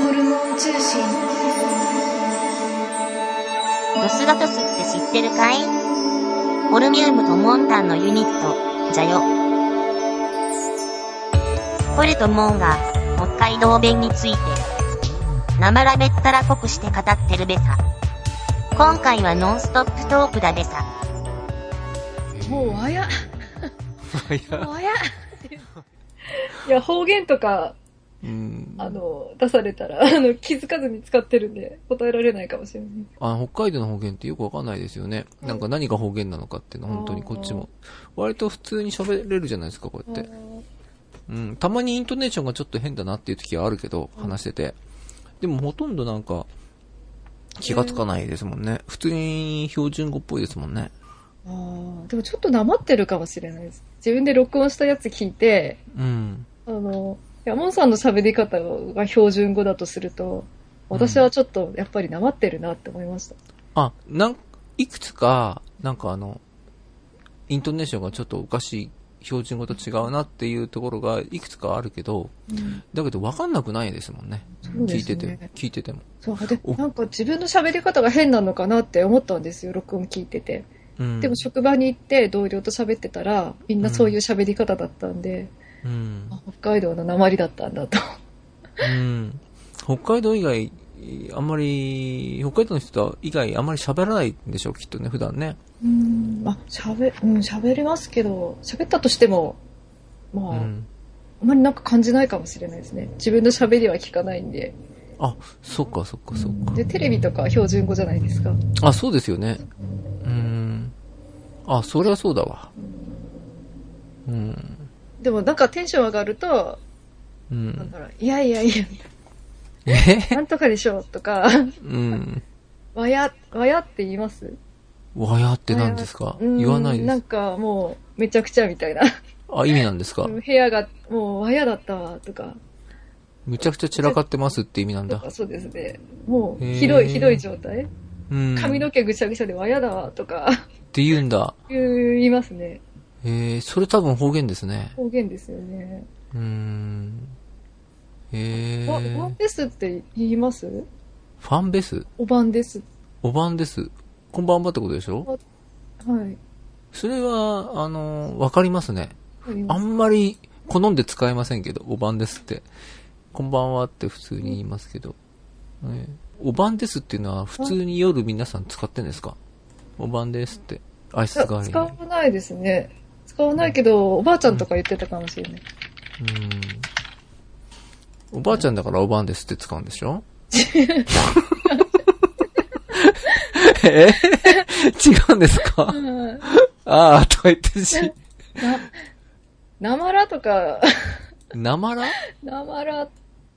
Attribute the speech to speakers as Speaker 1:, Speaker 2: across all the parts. Speaker 1: 通信
Speaker 2: ロスロトスって知ってるかいオルミウムとモンタンのユニット、じゃよ。コレとモンが北海道弁について、なまらべったら濃くして語ってるべさ。今回はノンストップトークだべさ。
Speaker 1: もう 早っ
Speaker 3: いや
Speaker 1: もう早っいや方言とか
Speaker 3: うん
Speaker 1: あの出されたら あの気づかずに使ってるんで答えられないかもしれない
Speaker 3: あの北海道の方言ってよくわかんないですよね。なんか何が方言なのかっていうのは本当にこっちも。割と普通に喋れるじゃないですか、こうやって。うん。たまにイントネーションがちょっと変だなっていう時はあるけど、話してて。でもほとんどなんか気がつかないですもんね。普通に標準語っぽいですもんね。
Speaker 1: あーでもちょっとなまってるかもしれないです自分で録音したやつ聞いて
Speaker 3: うん。
Speaker 1: あの山本さんの喋り方が標準語だとすると私はちょっとやっぱりなまってるなって思いました、
Speaker 3: あ、なん、いくつか、なんかあの、イントネーションがちょっとおかしい、標準語と違うなっていうところがいくつかあるけど、だけど分かんなくないですもんね。
Speaker 1: そうで
Speaker 3: 聞い
Speaker 1: すね
Speaker 3: てて、聞いてても。
Speaker 1: そうで
Speaker 3: お
Speaker 1: なんか自分の喋り方が変なのかなって思ったんですよ録音聞いてて
Speaker 3: うん。
Speaker 1: でも職場に行って同僚と喋ってたらみんなそういう喋り方だったんで、
Speaker 3: うん。
Speaker 1: あ北海道の鉛だったんだと
Speaker 3: うん。北海道以外、あんまり、北海道の人以外あんまり喋らないんでしょう、きっとね、普段ね。
Speaker 1: うんあ喋うん喋りますけど喋ったとしてもまあ、
Speaker 3: うん。
Speaker 1: あまりなんか感じないかもしれないですね自分の喋りは聞かないんで
Speaker 3: あ、そっかそっかそっか。
Speaker 1: でテレビとか標準語じゃないですか
Speaker 3: あ、そうですよね。うん。あ、そりゃそうだわ。うん。
Speaker 1: でもなんかテンション上がると、
Speaker 3: う
Speaker 1: なん
Speaker 3: ん。
Speaker 1: だろういやいやいや
Speaker 3: え
Speaker 1: なんとかでしょうとか
Speaker 3: うん。
Speaker 1: わやわやって言います
Speaker 3: わやって何ですか
Speaker 1: うん
Speaker 3: 言わない
Speaker 1: な
Speaker 3: で
Speaker 1: ん
Speaker 3: す。
Speaker 1: かもうめちゃくちゃみたいな
Speaker 3: あ、意味なんですか
Speaker 1: 部屋がもう和屋だったわとか
Speaker 3: むちゃくちゃ散らかってますって意味なん
Speaker 1: と
Speaker 3: だ
Speaker 1: か。そうですねもう
Speaker 3: へー
Speaker 1: ひどいひどい状態
Speaker 3: うん。
Speaker 1: 髪の毛ぐちゃぐちゃで和屋だわとか
Speaker 3: って言うんだ。
Speaker 1: 言いますね
Speaker 3: えー、それ多分方言ですね。
Speaker 1: 方言ですよね
Speaker 3: うーん。え
Speaker 1: おおばん
Speaker 3: ー、
Speaker 1: ですって言います
Speaker 3: ファンベス
Speaker 1: おばんです
Speaker 3: おばんです。こんばんはってことでしょ
Speaker 1: はい
Speaker 3: それは、あの、わかりますね。
Speaker 1: あり
Speaker 3: あ
Speaker 1: ます
Speaker 3: んまり好んで使えませんけど、おばんですって。こんばんはって普通に言いますけど。ねおばんですっていうのは普通に夜皆さん使ってんですかおばんですって。挨拶代わり
Speaker 1: 使わ
Speaker 3: に。
Speaker 1: ないですね使わないけどおばあちゃんとか言ってたかもしれない
Speaker 3: うん。おばあちゃんだからおばんですって使うんでしょえ違うんですか
Speaker 1: うん
Speaker 3: ああ、とか言ってし。
Speaker 1: なまらとか
Speaker 3: なまら
Speaker 1: なまら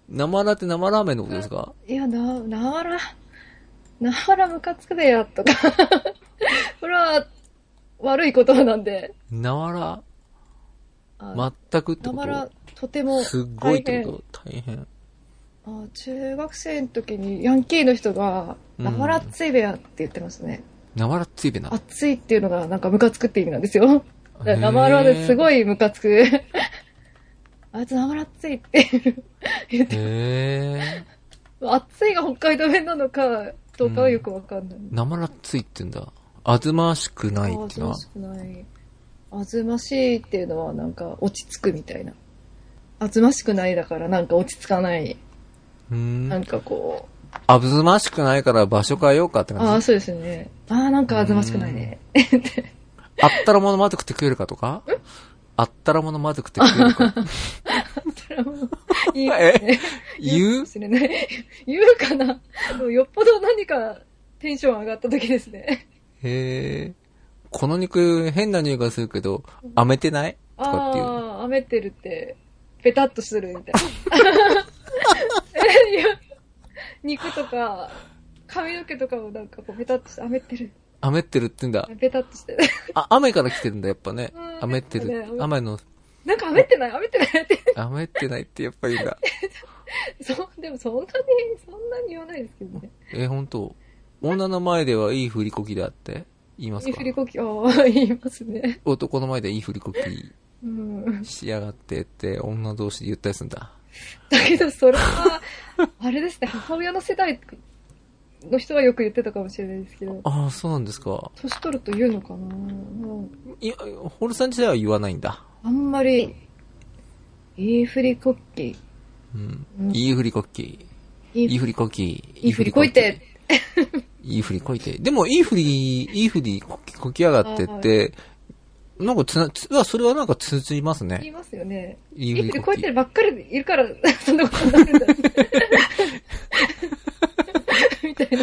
Speaker 3: なまらって生ラーメンのことですか
Speaker 1: いや、な、なわら、なわらムカつくでや、とか。 これは、悪い言葉なんで。
Speaker 3: なわら、
Speaker 1: あ
Speaker 3: 全くって
Speaker 1: な
Speaker 3: こ
Speaker 1: わら
Speaker 3: と、
Speaker 1: とても大変。
Speaker 3: すっごいってこと大変。
Speaker 1: あ中学生の時にヤンキーの人が、
Speaker 3: うん
Speaker 1: なわら熱いべやって言ってましたね。
Speaker 3: なわらついべな。
Speaker 1: 熱いっていうのがなんかムカつくって意味なんですよ。だから
Speaker 3: へー
Speaker 1: なわらですごいムカつく。 あいつなわら熱いって言って。
Speaker 3: へ
Speaker 1: 熱いが北海道弁なのか、どうかはよくわかんない。
Speaker 3: ー。なまらついってんだ。あずましくないっての
Speaker 1: あ
Speaker 3: は
Speaker 1: ずま。しくない。あずましいっていうのはなんか落ち着くみたいな。あずましくないだからなんか落ち着かない。
Speaker 3: うー。
Speaker 1: なんんかこ
Speaker 3: あずましくないから場所変えようかって
Speaker 1: う、あ
Speaker 3: 感
Speaker 1: あ、
Speaker 3: じ。
Speaker 1: そうですね。ああ、なんかあずましくないね。
Speaker 3: あったらものまずくて食えるかとかあったらものまずくて食えるか。
Speaker 1: いいですね。
Speaker 3: 言
Speaker 1: か
Speaker 3: う
Speaker 1: もしれない 言うかな。でもよっぽど何かテンション上がった時ですね。
Speaker 3: へー。この肉変な匂いがするけど、あめてないとかっていう。
Speaker 1: ああ、雨ってるって、ペタッとするみたいな。 えいや肉とか、髪の毛とかもなんかこうペタッとして、雨ってる。
Speaker 3: あめってるって言うんだ。
Speaker 1: ベタっとして。
Speaker 3: あ、雨から来てるんだ、やっぱね
Speaker 1: う。ん
Speaker 3: あめって
Speaker 1: や
Speaker 3: る
Speaker 1: っぱ。ね
Speaker 3: 雨の、
Speaker 1: なんか雨ってない雨ってないって。
Speaker 3: あめってないってやっぱ言うんだ。
Speaker 1: そう、でもそんなに、そんなに言わないですけどね。
Speaker 3: えー、本当女の前ではいい振りこきだって言います
Speaker 1: いい
Speaker 3: か
Speaker 1: 振りこき、ああ、言いますね。
Speaker 3: 男の前でいい振りこき
Speaker 1: うん。
Speaker 3: しやがってって女同士で言ったりするんだ。
Speaker 1: だけど、それは、あれ ですね、母親の世代の人はよく言ってたかもしれないですけど、
Speaker 3: ああ、そうなんですか。
Speaker 1: 年取ると言うのかなうん
Speaker 3: いや、ホルさん自体は言わないんだ。
Speaker 1: あんまり、言いふりこっき、
Speaker 3: うん
Speaker 1: う。ん
Speaker 3: いいふりこっき。
Speaker 1: 言
Speaker 3: いいふりこっき。
Speaker 1: いふりこいて、
Speaker 3: いいふりこいて。でも、いいふり、いいふりこきこきやがってって、なんかつな、つあそれはなんか通じます
Speaker 1: 言い
Speaker 3: ね。
Speaker 1: ますよね。
Speaker 3: いい
Speaker 1: いいふ
Speaker 3: ふ
Speaker 1: り
Speaker 3: り
Speaker 1: こ
Speaker 3: こ
Speaker 1: い
Speaker 3: き
Speaker 1: て。ばっかりいるから、そんなことになるんだ。 みたいな。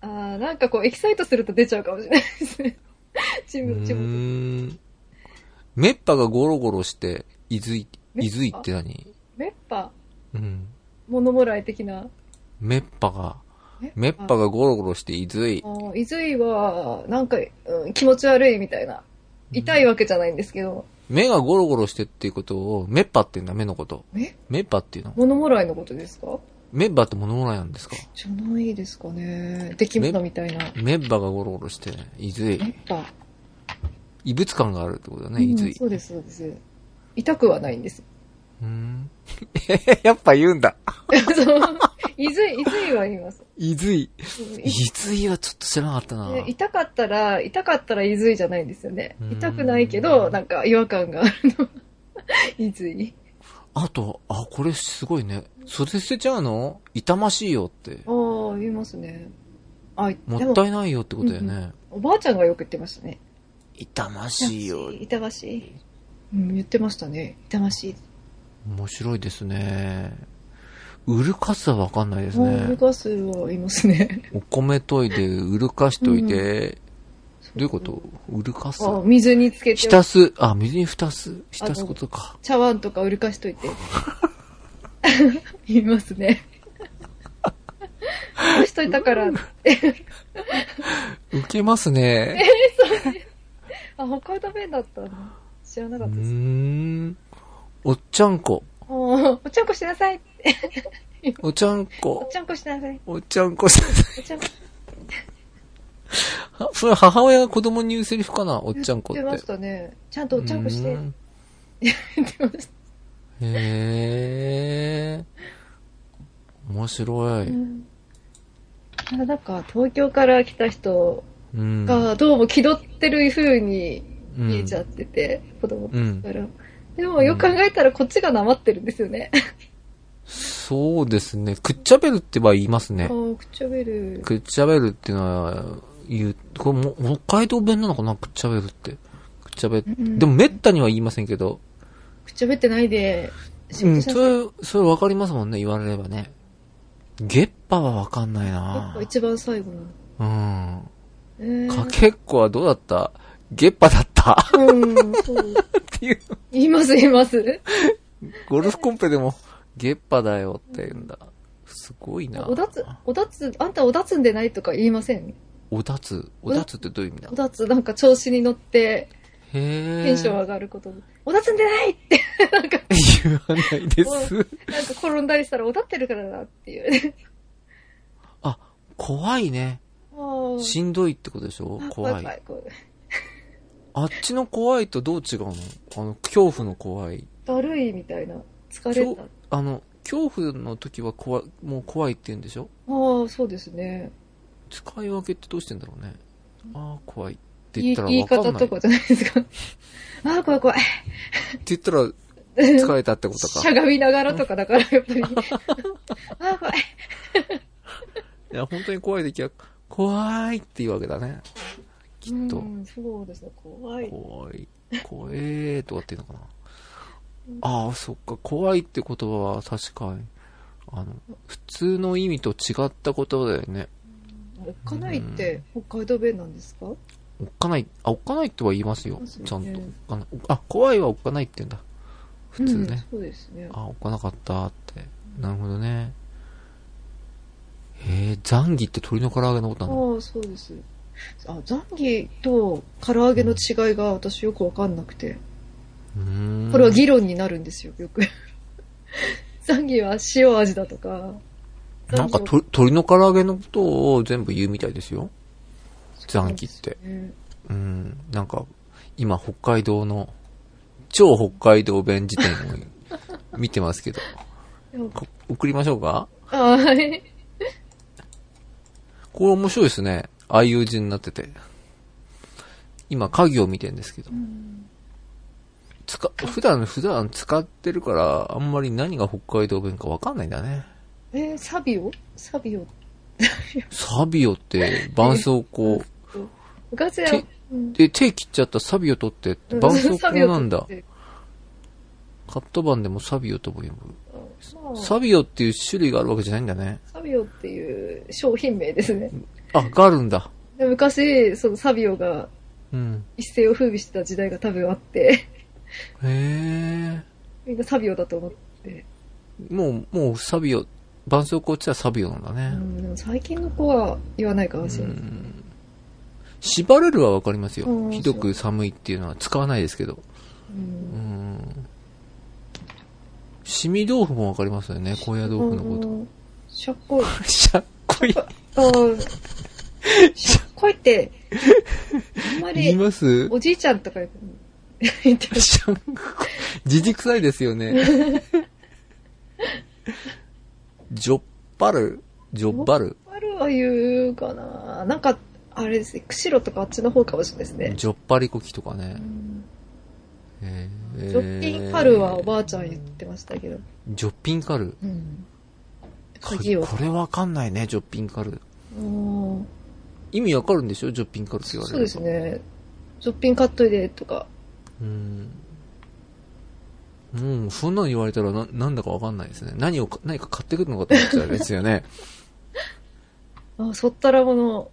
Speaker 1: あーなんかこう、エキサイトすると出ちゃうかもしれないですね。チー
Speaker 3: う
Speaker 1: ム、チーム。
Speaker 3: ーん。メッパがゴロゴロして、いずい、
Speaker 1: メッパ
Speaker 3: いずいって何
Speaker 1: メッパ、
Speaker 3: うん。
Speaker 1: モノモライ的な。
Speaker 3: メッパが、メ
Speaker 1: メ
Speaker 3: ッパがゴロゴロしていずい
Speaker 1: あ。ー伊豆井は、なんか、うん気持ち悪いみたいな。痛いわけじゃないんですけど、
Speaker 3: 目がゴロゴロしてっていうことを、メッパっていうんだ、目のこと。
Speaker 1: え
Speaker 3: メッパっていうの
Speaker 1: モノモライのことですか
Speaker 3: メッパって物もらいなんですか
Speaker 1: じゃないですかね。出来物みたいな。
Speaker 3: メッパがゴロゴロして、いず
Speaker 1: メ
Speaker 3: い。
Speaker 1: ッパ。
Speaker 3: 異物感があるってことだね、
Speaker 1: う
Speaker 3: い
Speaker 1: ん
Speaker 3: ずい。
Speaker 1: そうです、そうです。痛くはないんです。
Speaker 3: うーん。 やっぱ言うんだ。
Speaker 1: そう伊豆、伊豆は言います。
Speaker 3: いずい。
Speaker 1: うん
Speaker 3: いずいはちょっと知らなかったな。
Speaker 1: い痛かったら、痛かったら伊豆じゃないんですよね
Speaker 3: う。ん
Speaker 1: 痛くないけど、なんか違和感があるの。 伊豆。
Speaker 3: あと、あ、これすごいね。それ捨てちゃうの痛ましいよって。
Speaker 1: ああ、言いますね。あ、で
Speaker 3: もっ
Speaker 1: も、
Speaker 3: たいないよってことだよね。
Speaker 1: おばあちゃんがよく言ってましたね。
Speaker 3: 痛ましいよ。
Speaker 1: 痛ましい。うん、言ってましたね。痛ましい。
Speaker 3: 面白いですね。売るかすはわかんないです
Speaker 1: もう、ル
Speaker 3: ね。
Speaker 1: カスは言いますね。
Speaker 3: お米研いで、売るかしといて、どういうこと売るかす
Speaker 1: あ水につけて、
Speaker 3: 浸す。あ、水に浸す。浸すことか。
Speaker 1: 茶碗とか売りかしと いて。言いますね。こうしといたから、
Speaker 3: 受けますね。
Speaker 1: あ、北海道弁だったの知らなか
Speaker 3: う
Speaker 1: った
Speaker 3: ー
Speaker 1: です。
Speaker 3: ん。おっちゃんこ。
Speaker 1: あーおちゃんこしなさい。
Speaker 3: おちゃん
Speaker 1: お
Speaker 3: こ。
Speaker 1: ちゃんこしなさい。
Speaker 3: おっちゃんこ さ
Speaker 1: おちゃんこ。
Speaker 3: ん。それ母親が子供に言うセリフかなおっちゃんこっ
Speaker 1: 言
Speaker 3: て。
Speaker 1: ってましたね。ちゃんとおちゃんこして
Speaker 3: うー。ん
Speaker 1: 言ってました。
Speaker 3: へー。面白
Speaker 1: う
Speaker 3: い。
Speaker 1: んあなんか、東京から来た人
Speaker 3: うん。
Speaker 1: が、どうも気取ってる風に
Speaker 3: うん
Speaker 1: 見えちゃってて、子供
Speaker 3: うん。
Speaker 1: から。でも、よく考えたらこっちがなまってるんですよね。
Speaker 3: そうですね。くっちゃべるってば言います
Speaker 1: あ
Speaker 3: ね。
Speaker 1: ー、くっちゃべる。
Speaker 3: くっちゃべるっていうのは、言う、これも、北海道弁なのかなくっちゃべるって。くっちゃべ、
Speaker 1: ん
Speaker 3: でもめったには言いませんけど。
Speaker 1: くっちゃべってないで、仕
Speaker 3: う
Speaker 1: 事
Speaker 3: ん、
Speaker 1: しな
Speaker 3: そ
Speaker 1: さい
Speaker 3: れ、それわかりますもんね、言われればね。ゲッパはわかんない
Speaker 1: やっ
Speaker 3: な
Speaker 1: ぱ一番最後なの。
Speaker 3: うん。
Speaker 1: えー
Speaker 3: かけっこはどうだったゲッパだったっ
Speaker 1: うん、そう。
Speaker 3: ていう。
Speaker 1: 言います、言います。
Speaker 3: ゴルフコンペでも、ゲッパだよって言うんだ。すごいな
Speaker 1: おだつ、おだつ、あんたおだつんでないとか言いません
Speaker 3: おだつ。おだつってどういう意味だ
Speaker 1: おだつ、なんか調子に乗って、
Speaker 3: へえ。
Speaker 1: テンション上がること。おだつんでないって、なんか、
Speaker 3: 言わないです。
Speaker 1: なんか転んだりしたらおだってるからなって いう。
Speaker 3: あ、怖いね。
Speaker 1: あー
Speaker 3: しんどいってことでしょ怖い。。
Speaker 1: 怖い
Speaker 3: あっちの怖いとどう違うのあの、恐怖の怖い。
Speaker 1: だるいみたいな。疲
Speaker 3: き
Speaker 1: れ
Speaker 3: ょ
Speaker 1: た。
Speaker 3: あの、恐怖の時は怖い、もう怖いって言うんでしょ
Speaker 1: ああ、そうですね。
Speaker 3: 使い分けってどうしてんだろうね。ああ、怖いって言っ
Speaker 1: 言い
Speaker 3: たら
Speaker 1: 言い
Speaker 3: わかんな
Speaker 1: 方
Speaker 3: い。
Speaker 1: とかじゃないです か。ああ、怖い怖い。
Speaker 3: って言ったら、疲れたってこと
Speaker 1: し
Speaker 3: か。
Speaker 1: ゃ
Speaker 3: い
Speaker 1: がみながらとかだから、やっ ぱり。ああ、怖い。
Speaker 3: や、本当に怖い時は、怖いって言うわけだね。きっと
Speaker 1: う。ん、そうですね、怖い。
Speaker 3: 怖い、怖えーとかっていうのかな。ああ、そっか、怖いって言葉は確かに、あの、普通の意味と違った言葉だよね。
Speaker 1: おっかないって北海道弁なんですか
Speaker 3: おっかない、あ、おっかないとは言いますよ。
Speaker 1: そうです
Speaker 3: ちゃ
Speaker 1: よ
Speaker 3: ん
Speaker 1: ね
Speaker 3: と。おっかないあ、怖いはおっかないって言うんだ。普通ね。
Speaker 1: うん、そうですね。
Speaker 3: あ、おっかなかったって。なるほどね。へえ、ザンギって鶏の唐揚げのことなの
Speaker 1: ああ、そうです。あ、ザンギと唐揚げの違いが私よくわかんなくて。
Speaker 3: うーん。
Speaker 1: これは議論になるんですよ、よく。 ザンギは塩味だとか。
Speaker 3: なんか
Speaker 1: ザンギは
Speaker 3: と鶏の唐揚げのことを全部言うみたいですよ。ザンギって。
Speaker 1: ね
Speaker 3: うん、なんか、今、北海道の、超北海道弁辞典を見てますけど。
Speaker 1: よ
Speaker 3: こ送りましょうか
Speaker 1: はい。
Speaker 3: これ面白いですね。ああいう字になってて。今、影を見てんですけど。つか、普段、普段使ってるから、あんまり何が北海道弁かわかんないんだね。
Speaker 1: えーサビオサビオ。
Speaker 3: サビオって、伴奏こう。
Speaker 1: ガゼ
Speaker 3: 手で、手切っちゃったサビを取ってって、伴奏こうなんだ。カット版でもサビオとも呼ぶ。
Speaker 1: サ
Speaker 3: サビオっていう種類があるわけじゃないんだね。
Speaker 1: サビオっていう商品名ですね。
Speaker 3: あ、があるんだ。
Speaker 1: で昔、そのサビオが
Speaker 3: うん。
Speaker 1: 一世を風靡してた時代が多分あって、
Speaker 3: へ
Speaker 1: みんなサビオだと思って。
Speaker 3: え。もう、もうサビオ、伴奏こうっちはサビオなんだ
Speaker 1: う
Speaker 3: ね。
Speaker 1: ん、でも最近の子は言わないかもし
Speaker 3: う
Speaker 1: れない。
Speaker 3: ん。縛れるはわかります
Speaker 1: う
Speaker 3: よ。
Speaker 1: ん
Speaker 3: ひどく寒いっていうのは使わないですけど。
Speaker 1: う
Speaker 3: うんん。しみ豆腐もわかりますよね。高野豆腐のこ
Speaker 1: うんしゃっ こい。
Speaker 3: と。しゃっこい。
Speaker 1: うん。しゃっこいって、あんま
Speaker 3: 言い
Speaker 1: り
Speaker 3: ます
Speaker 1: おじいちゃんとか言ってる。
Speaker 3: しゃっこい。じじくさいですよね。ジョッパルジョッバル
Speaker 1: あるは言うかな。なんか、あれですね、釧路とかあっちの方かもしれないですね。
Speaker 3: ジョッパリコキとかね。えー
Speaker 1: ジョッピンカルはおばあちゃん言ってましたけど。
Speaker 3: ジョッピンカル。
Speaker 1: うん。鍵を。
Speaker 3: これわかんないね、ジョッピンカル。
Speaker 1: うん
Speaker 3: 意味わかるんでしょジョッピンカルって言われ
Speaker 1: そう
Speaker 3: る
Speaker 1: ですね。ジョッピン買っといでとか。
Speaker 3: うん。もう、そんなの言われたらな、なんだかわかんないですね。何をか、何か買ってくるのかと思っちゃうですよ ね。
Speaker 1: あ、そったらもの。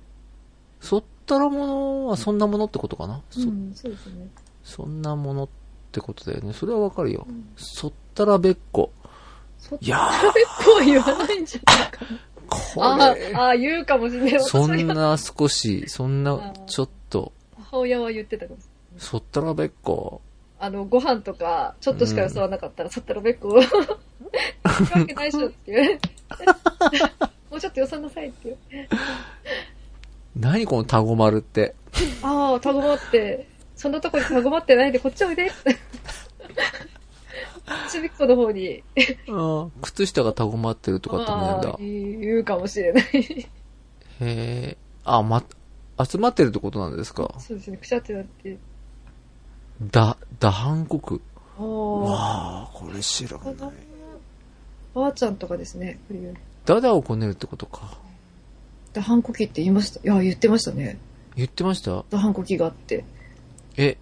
Speaker 3: そったらものはそんなものってことかな、
Speaker 1: う
Speaker 3: そ、
Speaker 1: ん、そうですね。
Speaker 3: そんなものってことだよね。それはわかるよ。そったらべっこ。
Speaker 1: そった
Speaker 3: い
Speaker 1: ら
Speaker 3: や
Speaker 1: べっこは言わないんじゃないか な。
Speaker 3: ー、
Speaker 1: あ
Speaker 3: これ、
Speaker 1: あ、言うかもしれない。私
Speaker 3: そん
Speaker 1: は
Speaker 3: な少し、そんな、ちょっと、
Speaker 1: 母親は言ってたかもしれない。
Speaker 3: そったらべっこ。
Speaker 1: あの、ご飯とか、ちょっとしかよそわなかったら、そったらべっこ。 行くわけないっしょっていう。 もうちょっとよさなさいっていう。
Speaker 3: 何このタゴ丸って。
Speaker 1: ああ、たごまって、そんなとこにたごまってないで、こっちおいで。ちびっこの方に、
Speaker 3: うん靴下がタゴまってるとかってもやん
Speaker 1: あ
Speaker 3: だ
Speaker 1: ー。言うかもしれない。
Speaker 3: へえ。あ、ま、集まってるってことなんですか。
Speaker 1: そうですね、くしゃってなって。
Speaker 3: だ、だ反国。
Speaker 1: ああ、
Speaker 3: わあ、これ知らない。
Speaker 1: ばあちゃんとかですね、これ言う。
Speaker 3: ダダをこねるってことか。
Speaker 1: ダハンコキって言いました。いや、言ってましたね。
Speaker 3: 言ってました
Speaker 1: ダハンコキがあって。
Speaker 3: え、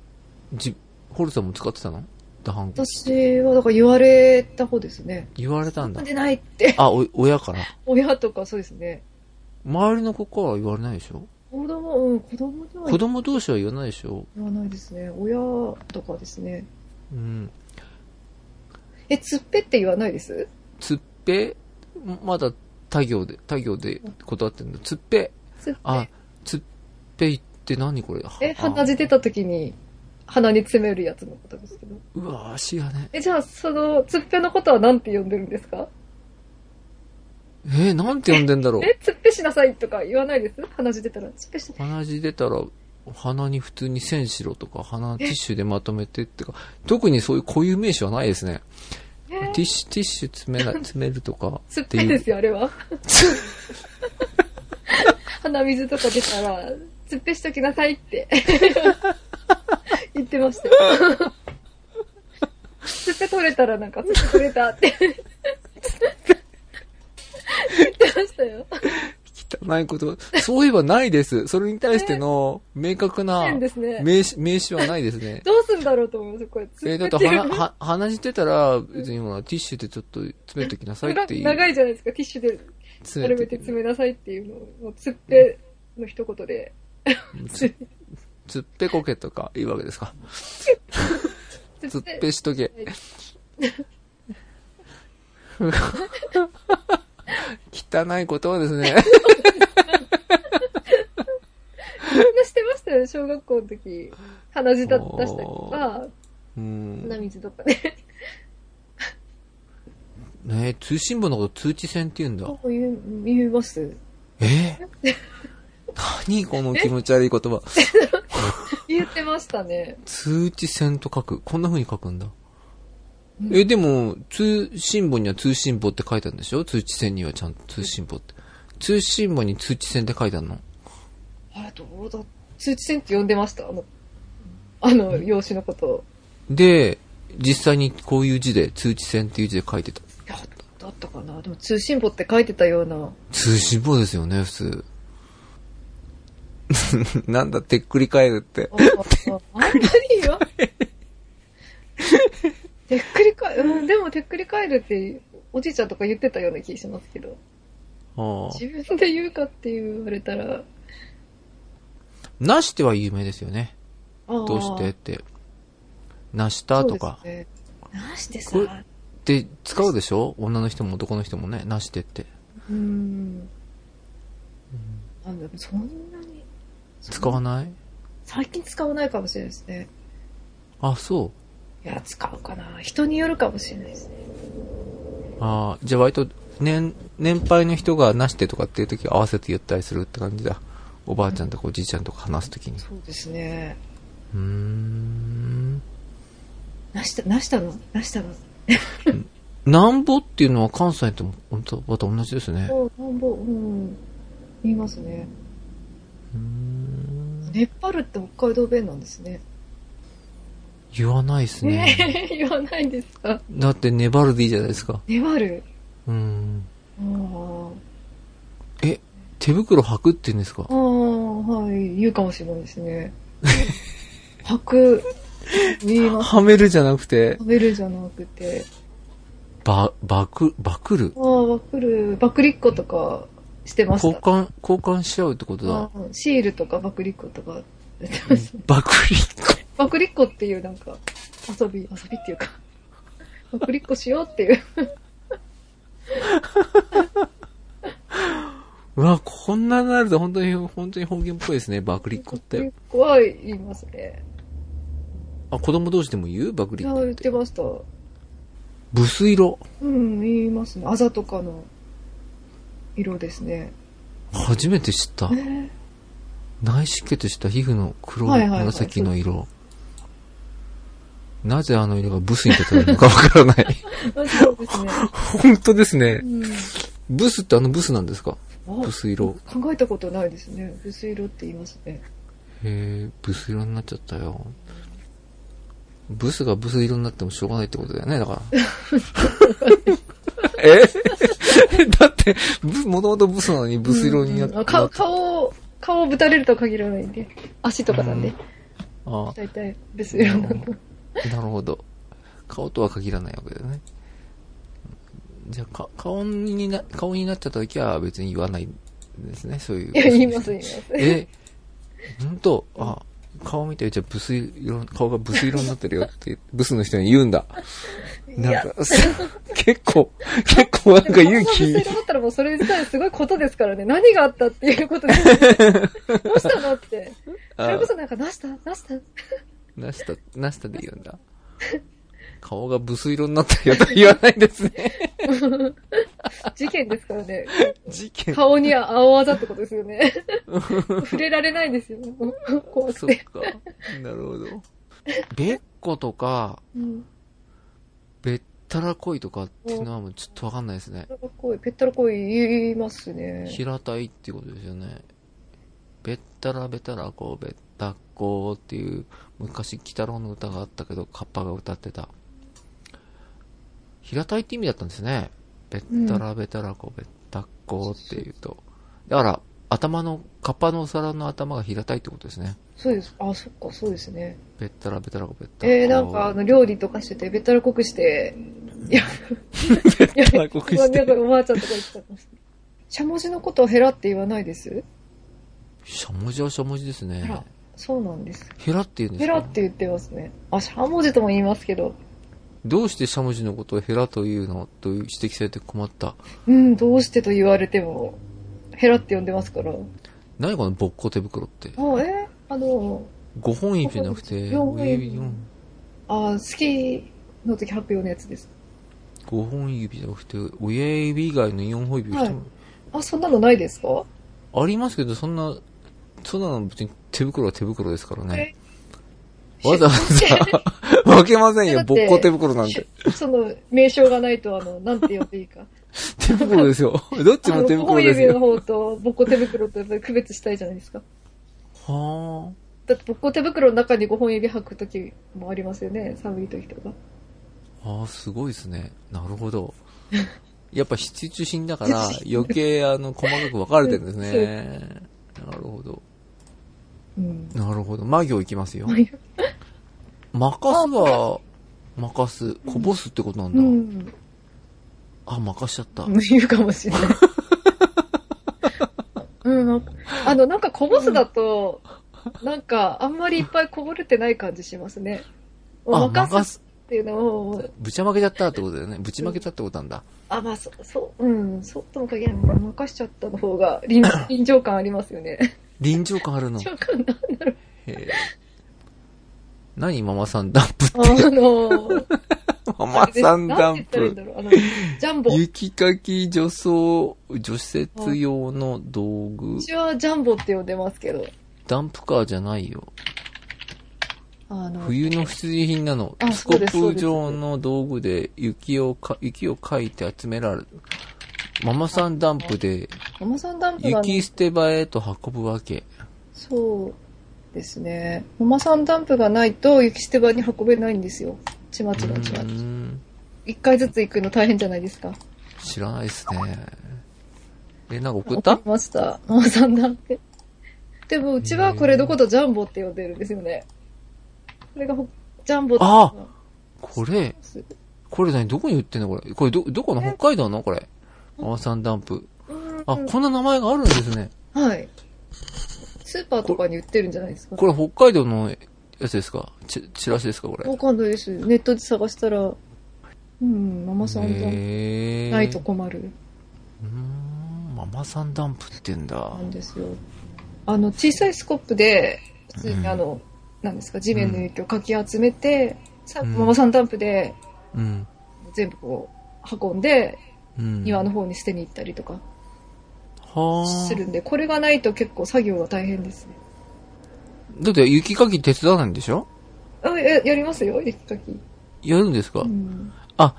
Speaker 3: じ、ホルさんも使ってたのだ反国。
Speaker 1: 私は、だから言われた方ですね。
Speaker 3: 言われたんだ
Speaker 1: なん。でないって。
Speaker 3: あ、お、親から。
Speaker 1: 親とかそうですね。
Speaker 3: 周りの子からは言われないでしょ
Speaker 1: 子供、うん、子供では
Speaker 3: 子供同士は言わないでしょ
Speaker 1: 言わないですね。親とかですね。
Speaker 3: うん。
Speaker 1: え、つっぺって言わないです
Speaker 3: つっぺまだ、他行で、他行で断ってんだ。つっぺ
Speaker 1: つっぺ
Speaker 3: あ、つっぺいって何これ
Speaker 1: え、
Speaker 3: あ
Speaker 1: 鼻血出た時に、鼻に詰めるやつのことですけど。
Speaker 3: うわぁ、足がね。
Speaker 1: え、じゃあ、その、つっぺのことは何て呼んでるんですか
Speaker 3: えー、なんて呼んでんだろう。
Speaker 1: え、つっぺしなさいとか言わないです鼻血出たら。つっぺしなさい。
Speaker 3: 鼻血出たら、鼻に普通に線しろとか、鼻ティッシュでまとめてってか、特にそういう固有名詞はないですね。
Speaker 1: えー
Speaker 3: ティッシュ、ティッシュ詰めない、詰めるとか。
Speaker 1: つっ
Speaker 3: い
Speaker 1: ぺ
Speaker 3: う
Speaker 1: ですよ、あれは。鼻水とか出たら、つっぺしときなさいって言ってましたよ。つっぺ取れたらなんか、つっぺ取れ たって言ってましたよ。
Speaker 3: 汚いこと。そういえばないです。それに対しての明確な
Speaker 1: 変ですね
Speaker 3: 名詞、名詞はないですね。
Speaker 1: どうすんだろうと思います、これ。つ
Speaker 3: えー、
Speaker 1: っ
Speaker 3: だ
Speaker 1: ぺ
Speaker 3: っ
Speaker 1: ってていう
Speaker 3: 鼻、は鼻血出たら、別にほら、ティッシュでちょっと詰めときなさいっていう。
Speaker 1: 長いじゃないですか、ティッシュで
Speaker 3: 詰
Speaker 1: 丸
Speaker 3: め
Speaker 1: め
Speaker 3: て
Speaker 1: て
Speaker 3: き
Speaker 1: 詰めなさいっていうのを、もうつっぺの一言で。つ
Speaker 3: つっぺこけとか、いいわけですか。つ
Speaker 1: っ
Speaker 3: っ
Speaker 1: ぺ
Speaker 3: ぺしとけ。 汚いことはですね。
Speaker 1: みんなしてましたよね、小学校の時。鼻血だ出したりとか、
Speaker 3: うん。ね
Speaker 1: 鼻水とかね。
Speaker 3: え通信簿のこと通知線って言うんだ。
Speaker 1: こういう、言います
Speaker 3: えー何この気持ち悪い言葉。
Speaker 1: 言ってましたね。
Speaker 3: 通知線と書く。こんな風に書くんだ。え、でも、通信簿には通信簿って書いてあるんでしょ通知線にはちゃんと通信簿って。通信簿に通知線って書いてあるの
Speaker 1: あれ、どうだ、通知線って呼んでましたあの、あの、用紙のことを。
Speaker 3: で、実際にこういう字で、通知線っていう字で書いてた。
Speaker 1: いや、だったかなでも通信簿って書いてたような。
Speaker 3: 通信簿ですよね、普通。 なんだ、てっくり返るって
Speaker 1: あ。ああんまりよ。てっくりかえ、うん、でもてっくり返るって、おじいちゃんとか言ってたような気しますけど。
Speaker 3: ああ
Speaker 1: 自分で言うかって言われたら。
Speaker 3: なしては有名ですよね。ど
Speaker 1: ど
Speaker 3: うしてって。なしたとか。
Speaker 1: そうですねなして
Speaker 3: これ
Speaker 1: さ、
Speaker 3: で、使うでしょ女の人も男の人もね、なしてって。
Speaker 1: うん。なんだろうそんなに。
Speaker 3: 使わない
Speaker 1: 最近使わないかもしれないですね。
Speaker 3: あ、そ
Speaker 1: いや、使うかな。人によるかもしれないですね。
Speaker 3: う。ああ、じゃあ割と、年、年配の人がなしてとかっていう時は合わせて言ったりするって感じだ。おばあちゃんとかおじいちゃんとか話す時に。
Speaker 1: そうですね。
Speaker 3: うーん。
Speaker 1: なした、なしたのなしたの
Speaker 3: なんぼっていうのは関西とも、本当また同じですね。
Speaker 1: おなんぼ、うん。言いますね。
Speaker 3: うーん。
Speaker 1: ネッパルって北海道弁なんですね。
Speaker 3: 言わないですね。
Speaker 1: え言わないんですか
Speaker 3: だって、ネバルディじゃないですか。
Speaker 1: ネバル。
Speaker 3: うーん。
Speaker 1: あー
Speaker 3: え、手袋履くって言うんですか
Speaker 1: あー、はい。言うかもしれないで すね。吐く、言います。
Speaker 3: はめるじゃなくて、
Speaker 1: 食べるじゃなくて。
Speaker 3: ば、ばく、ばくる
Speaker 1: あ。あ、バクる、バクリッコとかしてまし
Speaker 3: 交
Speaker 1: た。
Speaker 3: 換、交換し合うってことだ
Speaker 1: あ。ーシールとかバクリッコとかやってました。
Speaker 3: ばくり
Speaker 1: バクリッコっていうなんか、遊び、遊びってい うか、バクリッコしようっていう。
Speaker 3: うわ、こんなになると本当に、本当に方言っぽいですね、ばくりっ子っ
Speaker 1: バクリ
Speaker 3: て
Speaker 1: ッ。コは言いますね。
Speaker 3: あ、子供同士でも言うばく
Speaker 1: い
Speaker 3: りっ
Speaker 1: や、
Speaker 3: 子
Speaker 1: 言
Speaker 3: っ
Speaker 1: って
Speaker 3: て。
Speaker 1: ました。
Speaker 3: ブス色。
Speaker 1: うん、言いますね。あざとかの色ですね。
Speaker 3: 初めて知った
Speaker 1: え。ー
Speaker 3: 内出血した皮膚の黒い
Speaker 1: はいはいはい
Speaker 3: 紫の色。なぜあの色がブスに例えるのかわからない。
Speaker 1: そうですね。
Speaker 3: 本当ですね
Speaker 1: う。ん
Speaker 3: ブスってあのブスなんですか
Speaker 1: あ
Speaker 3: ブス色。
Speaker 1: 考えたことないですね。薄色って言いますね。
Speaker 3: へえ、ブス色になっちゃったよ。ブスがブス色になってもしょうがないってことだよね、だから。 え だって、ブもともとブスなのにブス色になって
Speaker 1: うん。顔、顔を、顔をぶたれるとは限らないんで。足とかなんで。
Speaker 3: あ
Speaker 1: 大体、ブス色なんだ。
Speaker 3: なるほど。顔とは限らないわけだよね。じゃあ、か顔にな、顔になっちゃった時は別に言わないんですね、そういう。
Speaker 1: いや、言います、言います。
Speaker 3: え、本当あ、顔見て、じゃあブス色、顔がブス色になってるよって、ブスの人に言うんだ。なんか、 結構、結構なんか勇気。
Speaker 1: でも顔がブス色だったらもうそれ自体すごいことですからね。何があったってい うことです、どうしたのって。それこそなんか、なしたなした
Speaker 3: なした、なしたで言うんだ。顔がブス色になってるよとは言わないですね。
Speaker 1: 事件ですからね。
Speaker 3: 事 件。
Speaker 1: 顔に青あざってことです よね。触れられないですよ。怖く。
Speaker 3: そってか。なるほど。べっことか、
Speaker 1: うん。
Speaker 3: べったらこいとかっていうのはもうちょっとわかんないですね
Speaker 1: ペ。ッタラ恋、ペッタラ恋言いますね。
Speaker 3: 平たいっていうことですよね。べったらべたらこう、べったっこうっていう、昔、鬼太郎の歌があったけど、カッパが歌ってた。平たいって意味だったんですね。べったらべたらこう、べったっこうっていうと。だから、頭の、カッパのお皿の頭が平たいってことですね。
Speaker 1: そうです。あ、そっか、そうですね。
Speaker 3: べったらべたらこう、べったっこう。
Speaker 1: えー、なんかあの、料理とかしてて、べったら濃くして、いや、べ
Speaker 3: ったら濃くして
Speaker 1: なんかおばあちゃんとか言ってた。しゃもじのことをヘラって言わないです
Speaker 3: しゃもじはしゃもじです
Speaker 1: ヘ
Speaker 3: ね
Speaker 1: ラ。。そうなんです。
Speaker 3: ヘラって言うんで
Speaker 1: ヘ
Speaker 3: す
Speaker 1: ラ
Speaker 3: か
Speaker 1: って言ってますね。あ、しゃもじとも言いますけど。
Speaker 3: どうしてしゃもじのことをヘラというのと指摘されて困った。
Speaker 1: うん、どうしてと言われても、ヘラって呼んでますから。あ、
Speaker 3: 何このぼっこ手袋って。
Speaker 1: えーあの、
Speaker 3: 5本指じゃなくて、
Speaker 1: 四本
Speaker 3: 親
Speaker 1: 指
Speaker 3: 指四
Speaker 1: あ、スキーの時発表のやつです。
Speaker 3: 5本指じゃなくて、親指以外の4本指、
Speaker 1: はいあ、そんなのないですか
Speaker 3: ありますけど、そんな、そんなの別に手袋は手袋ですからね。
Speaker 1: え
Speaker 3: わざわ ざ、分けませんよ、ぼっこ手袋なんて。
Speaker 1: その、名称がないと、あの、なんて呼んでいいか。
Speaker 3: 手袋です よ。どっち
Speaker 1: あ
Speaker 3: も
Speaker 1: の、
Speaker 3: 手
Speaker 1: 5
Speaker 3: 袋
Speaker 1: 本
Speaker 3: です
Speaker 1: 指
Speaker 3: よ。
Speaker 1: の方と、ぼっこ手袋とやっぱり区別したいじゃないですか。
Speaker 3: は
Speaker 1: だって、ぼっこ手袋の中に5本指履くときもありますよね、寒いときとか。
Speaker 3: あ。ああ、すごいですね。なるほ ど。やっぱ必中心だから、余計、あの、細かく分かれてるんです ね。なるほど。
Speaker 1: うん。
Speaker 3: なるほど。魔行いきますよ
Speaker 1: こ。ういう
Speaker 3: 任すは、任す。こぼすってことなんだ。
Speaker 1: うん。
Speaker 3: あ、任しちゃった。
Speaker 1: 言うかもしれない。うん、なんかあの、なんかこぼすだと、なんか、あんまりいっぱいこぼれてない感じしますね。
Speaker 3: あ、
Speaker 1: 任
Speaker 3: 任
Speaker 1: す
Speaker 3: す。
Speaker 1: っていうのを、
Speaker 3: ぶちゃ負けちゃったってことだよね。ぶちまけちゃったってことなんだ。
Speaker 1: あ、まあ、そそう、うん、そうとも限らない。任しちゃったの方が臨、臨場感ありますよね。
Speaker 3: 臨場感あるの。
Speaker 1: 臨場感なんだろう。
Speaker 3: へえ何ママさんダンプって。
Speaker 1: あの、
Speaker 3: ママさんダン
Speaker 1: なん
Speaker 3: プ
Speaker 1: て。言ったらいいんだろう。あの、ジャンボ。
Speaker 3: 雪かき除草、除雪用の道具。
Speaker 1: うちはジャンボって呼んでますけど、
Speaker 3: ダンプカーじゃないよ。
Speaker 1: あの、
Speaker 3: 冬の必需品なの。
Speaker 1: あ
Speaker 3: ス
Speaker 1: そ
Speaker 3: コ
Speaker 1: うです
Speaker 3: ップ状の道具で雪をか、雪をかいて集められる。ママさんダンプで
Speaker 1: ママさんダンプが、
Speaker 3: 雪捨て場へと運ぶわけ。
Speaker 1: そうですね。ママさんダンプがないと雪捨て場に運べないんですよ。ちまちまちま
Speaker 3: う。ーん
Speaker 1: 一回ずつ行くの大変じゃないですか。
Speaker 3: 知らないですね。え、なんか送った
Speaker 1: 送りました。ママさんダンプ。でもうちはこれのことジャンボって呼んでるんですよね。これがほジャンボって。
Speaker 3: あこれ、これ何どこに売ってんのこれ。これど、どこの北海道のこれ。ママさんダンプ。
Speaker 1: うん
Speaker 3: あ、こんな名前があるんですね。
Speaker 1: はい。スーパーとかに売ってるんじゃないですか。
Speaker 3: これ北海道のやつですかチチラシですかこれ。
Speaker 1: わかんないです。ネットで探したら、うん、ママさんダン
Speaker 3: へ
Speaker 1: プ
Speaker 3: ー
Speaker 1: ないと困る。
Speaker 3: うーんママさんダンプってんだ
Speaker 1: な。んですよ。あの、小さいスコップで、普通
Speaker 3: うん
Speaker 1: にあの、なんですか、地面の雪をかき集めて、さ
Speaker 3: うん
Speaker 1: ママさんダンプで
Speaker 3: うん。
Speaker 1: 全部こう、運んで、
Speaker 3: うん。
Speaker 1: 庭の方に捨てに行ったりとか
Speaker 3: は
Speaker 1: す
Speaker 3: あ。
Speaker 1: るんで、これがないと結構作業が大変ですね。
Speaker 3: だって雪かき手伝わないんでしょ
Speaker 1: あ、ややりますよ、雪かき。
Speaker 3: やるんですか、
Speaker 1: うん。
Speaker 3: あ、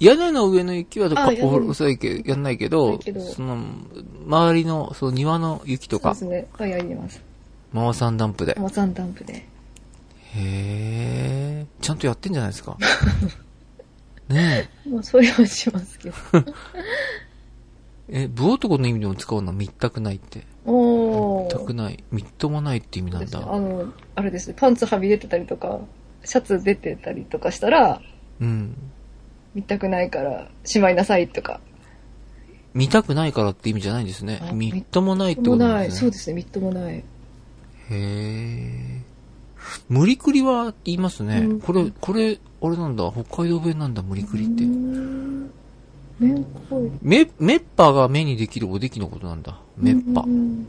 Speaker 3: 屋根の上の雪はどっ
Speaker 1: あ
Speaker 3: か
Speaker 1: や
Speaker 3: こ
Speaker 1: る
Speaker 3: ぼさいけ、やんないけ
Speaker 1: や
Speaker 3: ど
Speaker 1: んないけ、ど
Speaker 3: その、周りの、その庭の雪と
Speaker 1: そうで
Speaker 3: か
Speaker 1: す、ね。あ、やります。
Speaker 3: ママさんダンプで
Speaker 1: マ。マさんダンプで。
Speaker 3: へえ、ちゃんとやってんじゃないです か。ね
Speaker 1: まあ、それはしますけど。
Speaker 3: え。え、武男の意味でも使うのはみったくないって。
Speaker 1: お
Speaker 3: た
Speaker 1: ー。
Speaker 3: くない。みっともないって意味なん
Speaker 1: です
Speaker 3: だ
Speaker 1: ね。あの、あれですね、パンツはみ出てたりとか、シャツ出てたりとかしたら、
Speaker 3: うん。
Speaker 1: 見たくないからしまいなさいとか。
Speaker 3: 見たくないからって意味じゃないんですね
Speaker 1: あ。
Speaker 3: みっともないってこ
Speaker 1: も
Speaker 3: と
Speaker 1: う
Speaker 3: なん
Speaker 1: ない。
Speaker 3: です
Speaker 1: そ
Speaker 3: ね
Speaker 1: う。ですね、みっともない。
Speaker 3: へえ。無理くりは言いますね。
Speaker 1: うん
Speaker 3: これ、これ、あれなんだ。北海道弁なんだ、無理くりって。
Speaker 1: うーんめんこい。
Speaker 3: め、メッパが目にできるおできのことなんだ。メッパ
Speaker 1: う。ん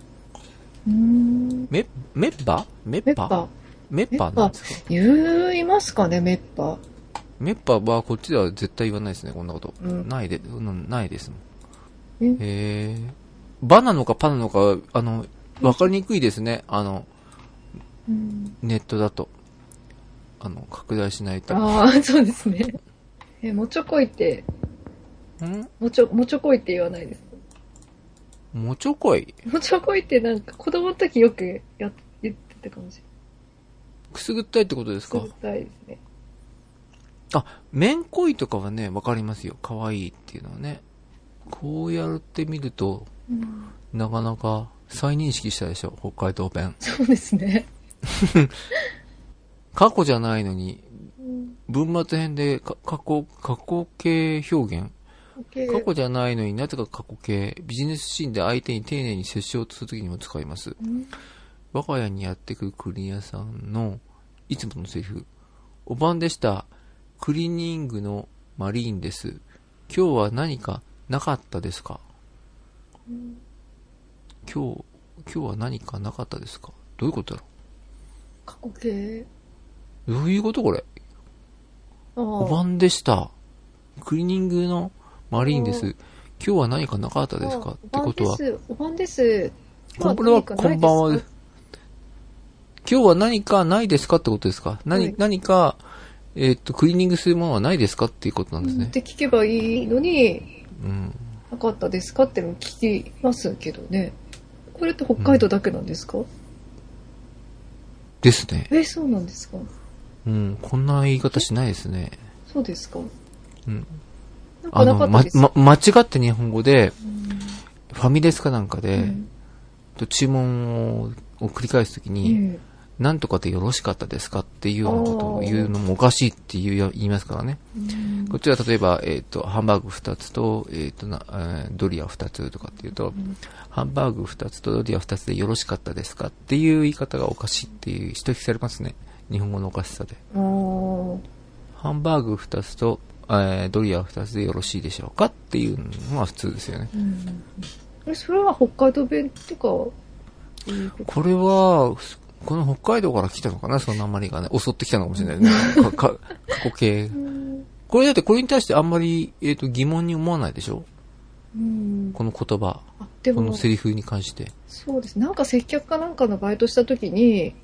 Speaker 1: うーん。
Speaker 3: メ、メッパメ
Speaker 1: メ
Speaker 3: ッ
Speaker 1: ッパ
Speaker 3: パ。メッパなんですか
Speaker 1: 言いますかね、メッパ。
Speaker 3: メッパはこっちでは絶対言わないですね、こんなこと。
Speaker 1: うん
Speaker 3: ないで、うんないですも
Speaker 1: うん
Speaker 3: ん。へえ。バなのかパなのか、あの、わかりにくいですね。あの、
Speaker 1: うん
Speaker 3: ネットだと。あの、拡大しないと。ん
Speaker 1: ああ、そうですね。 え、もちょこいって、もちょ、もちょこいって言わないです。
Speaker 3: もちょこい。
Speaker 1: もちょこいってなんか子供の時よくやっ言ってたかもしれない。
Speaker 3: くすぐったいってことです
Speaker 1: そ
Speaker 3: か
Speaker 1: うたいですね。
Speaker 3: あ、めんこいとかはね、わかりますよ。かわいいっていうのはね。こうやってみると、
Speaker 1: うん
Speaker 3: なかなか再認識したでしょ、北海道弁。
Speaker 1: そうですね。
Speaker 3: 過去じゃないのに、
Speaker 1: うん
Speaker 3: 文末編でか過去、過去形表現過
Speaker 1: OK
Speaker 3: 去じゃないのになぜか過去形。ビジネスシーンで相手に丁寧に接しようとするときにも使います。
Speaker 1: うん
Speaker 3: 我が家にやってくるクリーニング屋さんの、いつものセリフ。お晩でした。クリーニングのマリーンです。今日は何かなかったですか今日、今日は何かなかったですかどういうことだ
Speaker 1: 過去形。
Speaker 3: ろうどういうことこれ
Speaker 1: あ
Speaker 3: お
Speaker 1: あ。
Speaker 3: 晩でした。クリーニングのマリーンです。今日は何かなかったですかってことは、
Speaker 1: お晩です。お晩です。
Speaker 3: これはこんばんは
Speaker 1: 何かないですか。
Speaker 3: 今日は何かないですかってことですか何、
Speaker 1: はい
Speaker 3: 何か、えーっと、クリーニングするものはないですかっていうことなんです
Speaker 1: っ
Speaker 3: ね。
Speaker 1: て聞けばいいのに、
Speaker 3: うん。
Speaker 1: なかったですかっての聞きますけどね。これって北海道だけなんですか、
Speaker 3: ですね。
Speaker 1: え、そうなんですか
Speaker 3: うん。こんな言い方しないですね。
Speaker 1: そうですか
Speaker 3: うん。
Speaker 1: な
Speaker 3: あ
Speaker 1: んかな
Speaker 3: の、
Speaker 1: かっ
Speaker 3: ま
Speaker 1: たで、す。
Speaker 3: ま、間違って日本語で、ファミレスかなんかで、
Speaker 1: うん
Speaker 3: と注文をを繰り返すとき
Speaker 1: う
Speaker 3: に、
Speaker 1: ん
Speaker 3: なんとかでよろしかったですかっていうようなことを言うのもおかしいって言うよ言いますからね。
Speaker 1: うん
Speaker 3: こっちは例えば、えっ、と、ハンバーグ2つと、えっ、とな、えードリア2つとかっていうと、ハンバーグ2つとドリア2つでよろしかったですかっていう言い方がおかしいっていう指摘されますね。日本語のおかしさで。
Speaker 1: あー
Speaker 3: ハンバーグ2つと、えードリア2つでよろしいでしょうかっていうのは普通ですよね。
Speaker 1: うんえそれは北海道弁ってか、いうこと
Speaker 3: これは、この北海道から来たのかなそのあんまりがね、襲ってきたのかもしれないね。かか過去形。
Speaker 1: うん
Speaker 3: これだってこれに対してあんまり、えっと疑問に思わないでしょ
Speaker 1: うん
Speaker 3: この言葉、
Speaker 1: あで
Speaker 3: この
Speaker 1: も、
Speaker 3: セリフに関して。
Speaker 1: そうです。なんか接客かなんかのバイトした時に、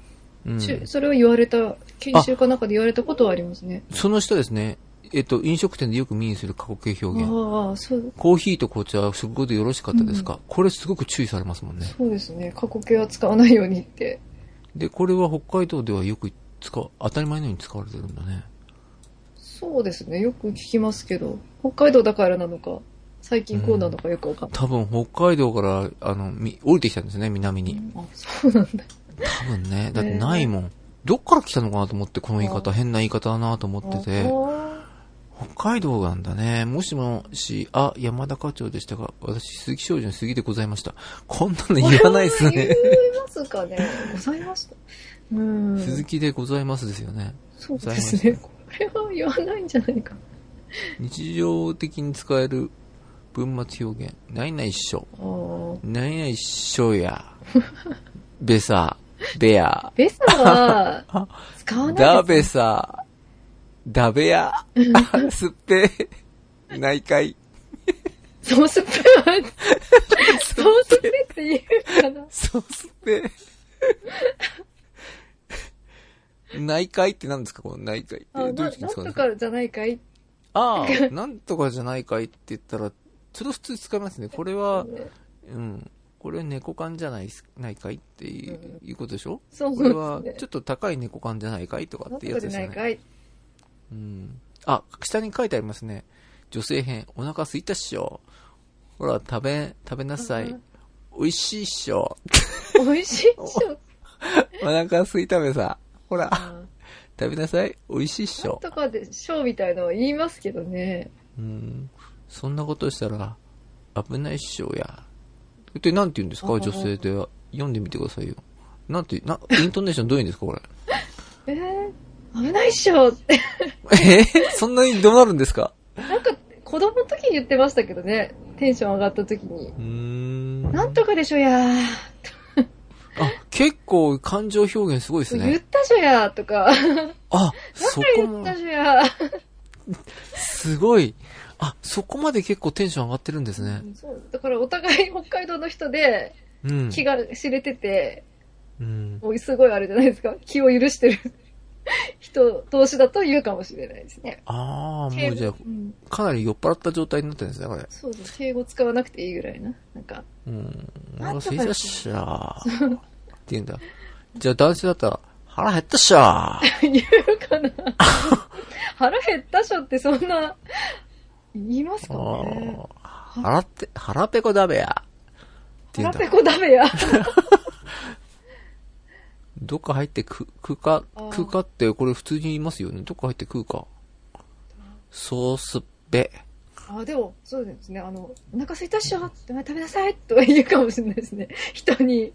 Speaker 3: うん、
Speaker 1: ちゅそれを言われた、研修かなんかで言われたことはありますね。
Speaker 3: その人ですね、えっ、と、飲食店でよく見にする過去形表現。
Speaker 1: ああ、そう、
Speaker 3: コーヒーと紅茶は食後でよろしかったですか、これすごく注意されますもんね。
Speaker 1: そうですね。過去形は使わないようにって。
Speaker 3: で、これは北海道ではよく使う、当たり前のように使われてるんだね。
Speaker 1: そうですね。よく聞きますけど、北海道だからなのか、最近こうなのかよくわかんない。
Speaker 3: 多分北海道から、あの、み降りてきたんですね、南に。
Speaker 1: あ、そうなんだ。
Speaker 3: 多分ね、だってないもん。どっから来たのかなと思って、この言い方、変な言い方だなと思ってて。
Speaker 1: あ
Speaker 3: 北海道なんだね。もしもし、あ、山田課長でしたが、私、鈴木商事の杉でございました。こんなの言わないです
Speaker 1: 言
Speaker 3: ね。
Speaker 1: いますかね。ございました。うん。
Speaker 3: 鈴木でございますですよね。
Speaker 1: そうですね。これは言わないんじゃないか。
Speaker 3: 日常的に使える文末表現。ないないっしょ。
Speaker 1: ああ。
Speaker 3: ないないっしょや。べさ、べや。
Speaker 1: ベサは、使わないです
Speaker 3: だべさ、だべ や。すっぺ、 ないかい。
Speaker 1: ソースペは、ソースペって言うかな。
Speaker 3: そうすって。内海って何ですかこの内海って。
Speaker 1: あ、な、
Speaker 3: どう
Speaker 1: な
Speaker 3: いう時に使うんで
Speaker 1: んと
Speaker 3: すか
Speaker 1: かじゃないかい
Speaker 3: ああ、 なんとかじゃない海って言ったら、それは普通使いますね。これは、うん。これは猫缶じゃないす、ないかいっていう,、いうことでしょ
Speaker 1: そう
Speaker 3: これは、
Speaker 1: です
Speaker 3: ちょ
Speaker 1: ね。
Speaker 3: っと高い猫缶じゃないかいとか
Speaker 1: な
Speaker 3: っ
Speaker 1: ん
Speaker 3: て
Speaker 1: と
Speaker 3: いうや
Speaker 1: か
Speaker 3: つ
Speaker 1: じ
Speaker 3: です
Speaker 1: ゃな
Speaker 3: よ
Speaker 1: い
Speaker 3: ね。
Speaker 1: かい。
Speaker 3: うん。あ、下に書いてありますね。女性編、お腹すいたっしょ。ほら、食べ、食べなさ
Speaker 1: う
Speaker 3: い
Speaker 1: ん。
Speaker 3: 美味しいっしょ。
Speaker 1: 美味しいっしょ。
Speaker 3: お腹すいたべさ。ほら。
Speaker 1: あ
Speaker 3: 食べなさい。美味しいっし
Speaker 1: なん
Speaker 3: ょ。
Speaker 1: とかでしょうみたいのは言いますけどね。
Speaker 3: うん。そんなことしたら、危ないっしょや。って、なんて言うんですか
Speaker 1: あー
Speaker 3: 女性で。読んでみてくださいよ。なんて、 な、イントネーションどういうんですかこれ。
Speaker 1: えー、危ないっしょって。
Speaker 3: え そんなにどうなるんですか
Speaker 1: なんか、子供の時に言ってましたけどね。テンション上がった時に。
Speaker 3: うーん。
Speaker 1: なんとかでしょやー。
Speaker 3: あ、結構感情表現すごいです
Speaker 1: 言っ
Speaker 3: ね。
Speaker 1: たしょやーとか。
Speaker 3: あ、そこ
Speaker 1: 言っ
Speaker 3: も
Speaker 1: た、しょやー。
Speaker 3: すごい。あ、そこまで結構テンション上がってるんですね。
Speaker 1: そうだからお互い北海道の人で
Speaker 3: うん。
Speaker 1: 気が知れてて、
Speaker 3: うん。
Speaker 1: もうすごいあれじゃないですか。気を許してる人同士だと言うかもしれないですね。
Speaker 3: ああ、もうじゃあ、
Speaker 1: うん、
Speaker 3: かなり酔っ払った状態になってるんですね、これ。
Speaker 1: そうです。敬語使わなくていいぐらいな。なんか、
Speaker 3: うん。お腹すいたっしゃー。って言うんだ。じゃあ男性だったら、腹減ったっし ゃー。
Speaker 1: 言うかな。 腹減ったしょってそんな、言いますか
Speaker 3: お
Speaker 1: ね。
Speaker 3: ー腹って、腹ペコだべや。って言うん
Speaker 1: 腹
Speaker 3: だ
Speaker 1: ペ。コダメや。
Speaker 3: どっか入ってく、食うか、
Speaker 1: あー
Speaker 3: 食うかって、これ普通に言いますよね。どっか入って食うか。ソースっぺ。
Speaker 1: あ、でも、そうですね。あの、お腹空いたっしょって食べなさいとは言うかもしれないですね。 人に、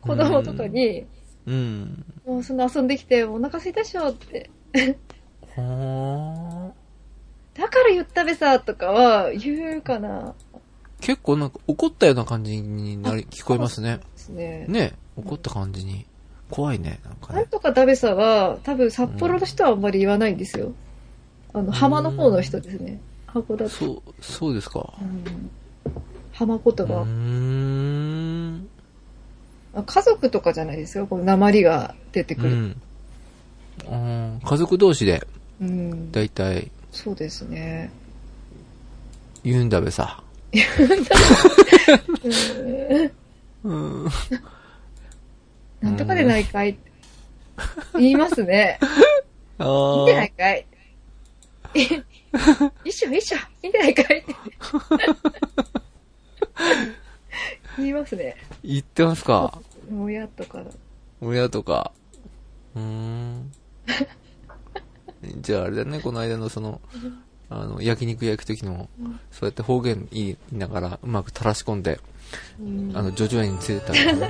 Speaker 1: 子供とかに、
Speaker 3: うん。
Speaker 1: もうそんな遊んできて、お腹空いたっしょって。
Speaker 3: ほーん。
Speaker 1: だから言ったべさ、とかは言うかな。
Speaker 3: 結構なんか怒ったような感じになり、聞こえますね。
Speaker 1: ですね。
Speaker 3: ね怒った感じに。怖いね、なんか
Speaker 1: なん
Speaker 3: ね。
Speaker 1: とかだべさは、多分札幌の人はあんまり言わないんですよ。あの、浜の方の人ですね。函館。
Speaker 3: そう、そうですか。
Speaker 1: うん浜言
Speaker 3: うー
Speaker 1: 葉。
Speaker 3: ん。
Speaker 1: 家族とかじゃないですよ、この鉛が出てく
Speaker 3: う
Speaker 1: る。
Speaker 3: ん。うん家族同士で、
Speaker 1: うん。
Speaker 3: だいたい、
Speaker 1: そうですね。
Speaker 3: 言うんだべさ。うん。
Speaker 1: なんとかでないかい。言いますね。
Speaker 3: あ
Speaker 1: いいんでない
Speaker 3: ー
Speaker 1: かい。 いっしょいっしょ、いいんでないか い。言いますね。
Speaker 3: 言ってますか
Speaker 1: もやっとか。
Speaker 3: 親とか。うーん。じゃああれだね、この間のその、あの、焼肉焼くときの、そうやって方言言いながらうまく垂らし込んで、
Speaker 1: うん
Speaker 3: あの、叙々苑に連れてったの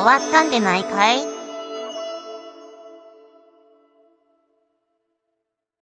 Speaker 2: 終わったんでないかい